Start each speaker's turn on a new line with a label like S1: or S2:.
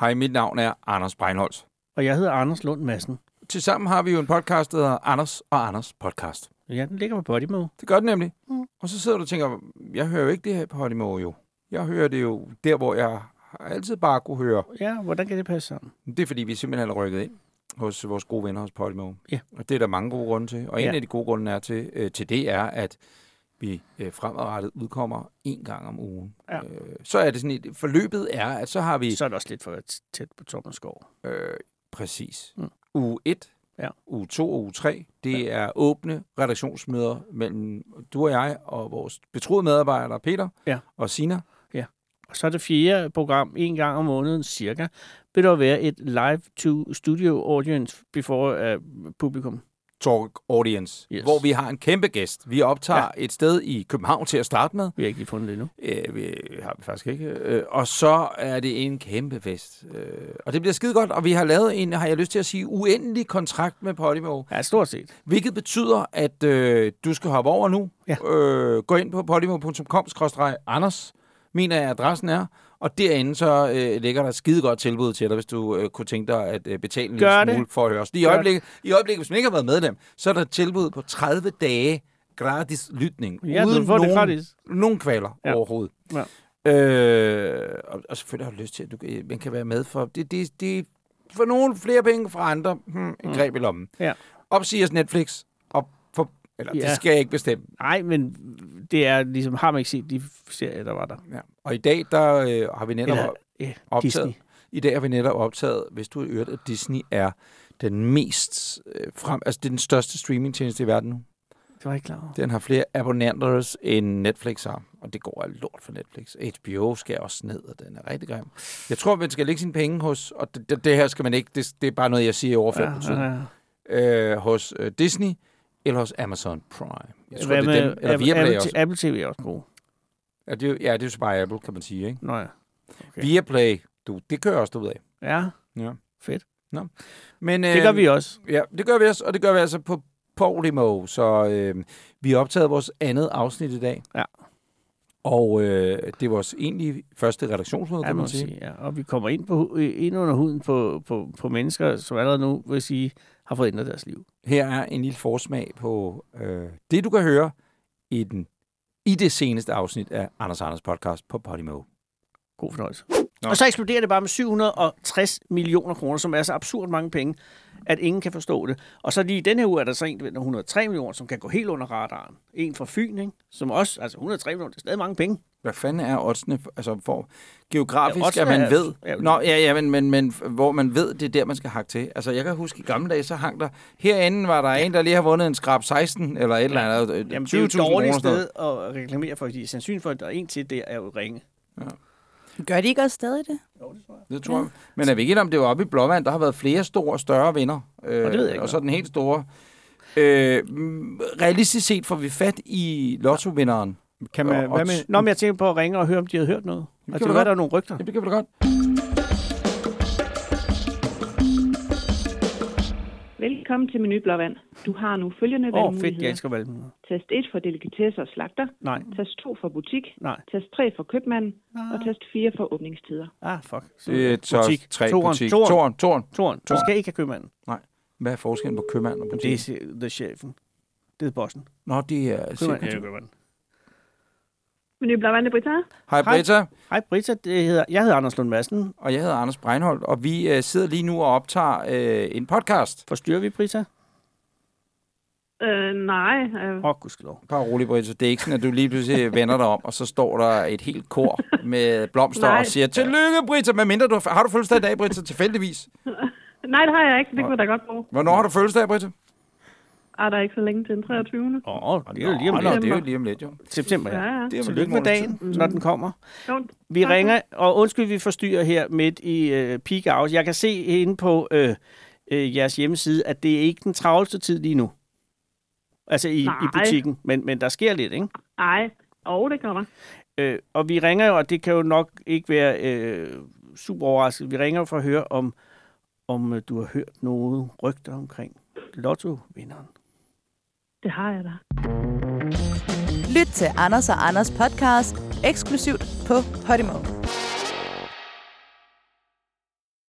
S1: Hej, mit navn er Anders Breinholz.
S2: Og jeg hedder Anders Lund Madsen.
S1: Tilsammen har vi jo en podcast, der hedder Anders og Anders Podcast.
S2: Ja, den ligger på Podimo.
S1: Det gør den nemlig.
S2: Mm.
S1: Og så sidder du og tænker, jeg hører jo ikke det her på Podimo jo. Jeg hører det jo der, hvor jeg altid bare kunne høre.
S2: Ja, hvordan kan det passe sammen?
S1: Det er, fordi vi simpelthen er rykket ind hos vores gode venner hos Podimo.
S2: Ja.
S1: Og det er der mange gode grunde til. Og en
S2: Ja.
S1: af de gode grunde er til, øh, til det er, at vi øh, fremadrettet udkommer en gang om ugen.
S2: Ja.
S1: Øh, så er det sådan et, forløbet er, at så har vi
S2: Så er det også lidt for t- tæt på Thomas Skov.
S1: Øh, præcis.
S2: Mm.
S1: Mm. Uge 1,
S2: Ja.
S1: uge 2 og uge 3, det ja. er åbne redaktionsmøder mellem du og jeg og vores betroede medarbejder Peter
S2: Ja.
S1: og Sina.
S2: Og så er det fjerde program, en gang om måneden cirka, vil der være et live to studio audience before uh, publikum.
S1: Talk Audience,
S2: Yes.
S1: hvor vi har en kæmpe gæst. Vi optager ja. et sted i København til at starte med.
S2: Vi har ikke lige fundet det endnu.
S1: Øh, vi har vi faktisk ikke. Øh, og så er det en kæmpe fest. Øh, og det bliver skide godt, og vi har lavet en, har jeg lyst til at sige, uendelig kontrakt med Podimo.
S2: Ja, stort set.
S1: Hvilket betyder, at øh, du skal hoppe over nu.
S2: Ja.
S1: Øh, gå ind på podimo.com Anders, mener jeg, adressen er. Og derinde så øh, ligger der et skide godt tilbud til dig, hvis du øh, kunne tænke dig at øh, betale en
S2: Gør
S1: lille
S2: det.
S1: smule for at høre os. Lige I
S2: Gør
S1: øjeblikket, I øjeblikket, hvis man ikke har været medlem, så er der et tilbud på 30 dage gratis lytning.
S2: Ja, du får det gratis.
S1: nogen kvaler
S2: Ja.
S1: ja. overhovedet.
S2: Ja.
S1: Øh, og, og selvfølgelig har du lyst til, at du, kan- man kan være med for... Det, det, det, for nogle flere penge, for andre hmm,
S2: Mm.
S1: en greb i lommen
S2: Ja.
S1: opsiges Netflix, og for, eller
S2: Ja.
S1: det skal jeg ikke bestemme.
S2: Nej, men det er ligesom, har man ikke set de serier, der var der?
S1: Ja. Og i dag, der øh, har vi netop
S2: Eller
S1: op-
S2: ja,
S1: optaget,
S2: Disney.
S1: Disney. i dag har vi netop optaget, hvis du har hørt, at Disney er den mest øh, frem, altså det er den største streamingtjeneste i verden nu.
S2: Det var jeg ikke klar over.
S1: Den har flere abonnenter end Netflix har, og det går alt lort for Netflix. HBO skal også ned, og den er rigtig grim. Jeg tror, man skal lægge sine penge hos, og det, det, det her skal man ikke, det, det er bare noget, jeg siger i overført ja, betydning,
S2: ja.
S1: øh, hos øh, Disney eller hos Amazon Prime. Jeg tror,
S2: Hvad
S1: det er dem, eller
S2: Apple,
S1: Viaplay
S2: Apple,
S1: også.
S2: Apple TV er også god.
S1: Ja, det er, jo- ja, det er jo så bare Apple, kan man sige. Ikke?
S2: Nå ja. Okay.
S1: Okay. Viaplay, du, det kører også ud af.
S2: Ja,
S1: Ja.
S2: fedt.
S1: Men, øh,
S2: Det gør vi også.
S1: Ja, det gør vi også, og det gør vi altså på Podimo. Så øh, vi har optaget vores andet afsnit i dag.
S2: Ja.
S1: Og øh, det er vores egentlig første redaktionsmøde,
S2: Ja,
S1: kan
S2: må
S1: man
S2: man
S1: sige.
S2: sige. Ja. Og vi kommer ind, på, øh, ind under huden på, på, på mennesker, som allerede nu vil sige, har fået ændret deres liv.
S1: Her er en lille forsmag på øh, det, du kan høre i, den, i det seneste afsnit af Anders Anders podcast på Podimo.
S2: God fornøjelse. Nå.
S1: Nå.
S2: Og så eksploderer det bare med 760 millioner kroner, som er så absurd mange penge, at ingen kan forstå det. Og så lige i den her uge er der så en, der vinder 103 millioner, som kan gå helt under radaren. En fra Fyn, ikke? som også, altså 103 millioner, det er stadig mange penge.
S1: Hvad fanden er oddsene? for- Altså, for geografisk,
S2: Ja, oddsene
S1: ja, at man
S2: er-
S1: ved...
S2: ja,
S1: Nå, ja, ja, men, men, men hvor man ved, det er der, man skal hakke til. Altså, jeg kan huske, i gamle dage, så hang der... Herinde var der en, der lige har vundet en skrab 16, eller et eller andet. øh,
S2: Jamen, det
S1: 20.000
S2: er jo et dårligt
S1: kroner, sådan
S2: sted at reklamere for, fordi sandsynligt for, at der er en til, det er jo ringe.
S3: Gør de ikke også stadig det?
S1: noget. Det tror jeg. Men er vi ikke enige om, det var oppe i Blåvand, der har været flere store og større vinder. Øh,
S2: Og det ved jeg ikke,
S1: Og så den helt store. Øh, mm, realistisk set får vi fat i lottovinderen.
S4: Kan man,
S1: Og-
S4: hvad med,
S2: Nå, men jeg tænker på at ringe og høre, om de havde hørt noget. Og
S1: kan
S2: det
S1: du
S2: var,
S1: godt.
S2: der er nogle rygter.
S1: Jamen, det kan vi da godt.
S5: Velkommen til Menu Blåvand. Du har nu følgende
S2: Åh, oh,
S5: valgmuligheder.
S2: fedt, jeg elsker valgmuligheder.
S5: Tast 1 for delikatesser og slagter.
S2: Nej,
S5: Tast 2 for butik.
S2: nej.
S5: Tast 3 for købmanden. Og tast 4 for åbningstider.
S2: Ah, fuck. Så-
S1: Det er top tre
S2: Toren,
S1: butik.
S2: Toren,
S1: Toren, toren.
S2: Toren. Du skal ikke have købmanden.
S1: Hvad er forskellen på købmand og butik?
S2: Det er the chefen. Det er bossen.
S1: Nå, det er...
S2: Købmanden. Ja, købmanden.
S5: Menu Blåvand er Britta.
S1: Hej,
S2: Hej.
S1: Britta.
S2: Hej Britta, det hedder, jeg hedder Anders Lund Madsen.
S1: og jeg hedder Anders Breinholt, og vi øh, sidder lige nu og optager øh, en podcast.
S2: Forstyrrer vi Britta?
S5: Øh, nej. Øh,
S2: Åh, oh, gudskelov.
S1: Bare rolig, Britta. Det er ikke sådan, at du lige pludselig vender dig om, og så står der et helt kor med blomster
S5: Nej.
S1: og siger, tillykke, Britta, med mindre du har, har du fødselsdag i dag, Britta, tilfældigvis.
S5: nej, det har jeg ikke. Det kunne jeg da godt bruge.
S1: Hvornår har du fødselsdag, Britta?
S5: Ah, der er ikke så længe til den 23.
S2: Åh, oh, det er jo lige om
S1: Nå, nå,
S2: lidt.
S1: det er jo lige om lidt, jo.
S2: September,
S5: Ja,
S2: ja.
S5: ja.
S1: Det er om lidt,
S2: Tillykke med
S1: måneds
S2: dagen,
S1: tid.
S2: når den kommer.
S5: Jo,
S2: Vi
S5: tak.
S2: ringer, og undskyld, vi forstyrrer her midt i øh, peak hours. Jeg kan se inde på øh, øh, jeres hjemmeside, at det er ikke den travleste tid lige nu. Altså i, i
S5: Nej.
S2: butikken, men, men der sker lidt, ikke?
S5: Ej. Og det gør der.
S2: Øh, og vi ringer jo, og det kan jo nok ikke være øh, super overrasket, vi ringer jo for at høre, om, om øh, du har hørt nogle rygter omkring lottovinderen.
S5: Det har jeg da.
S3: Lyt til Anders og Anders podcast eksklusivt på Podimo.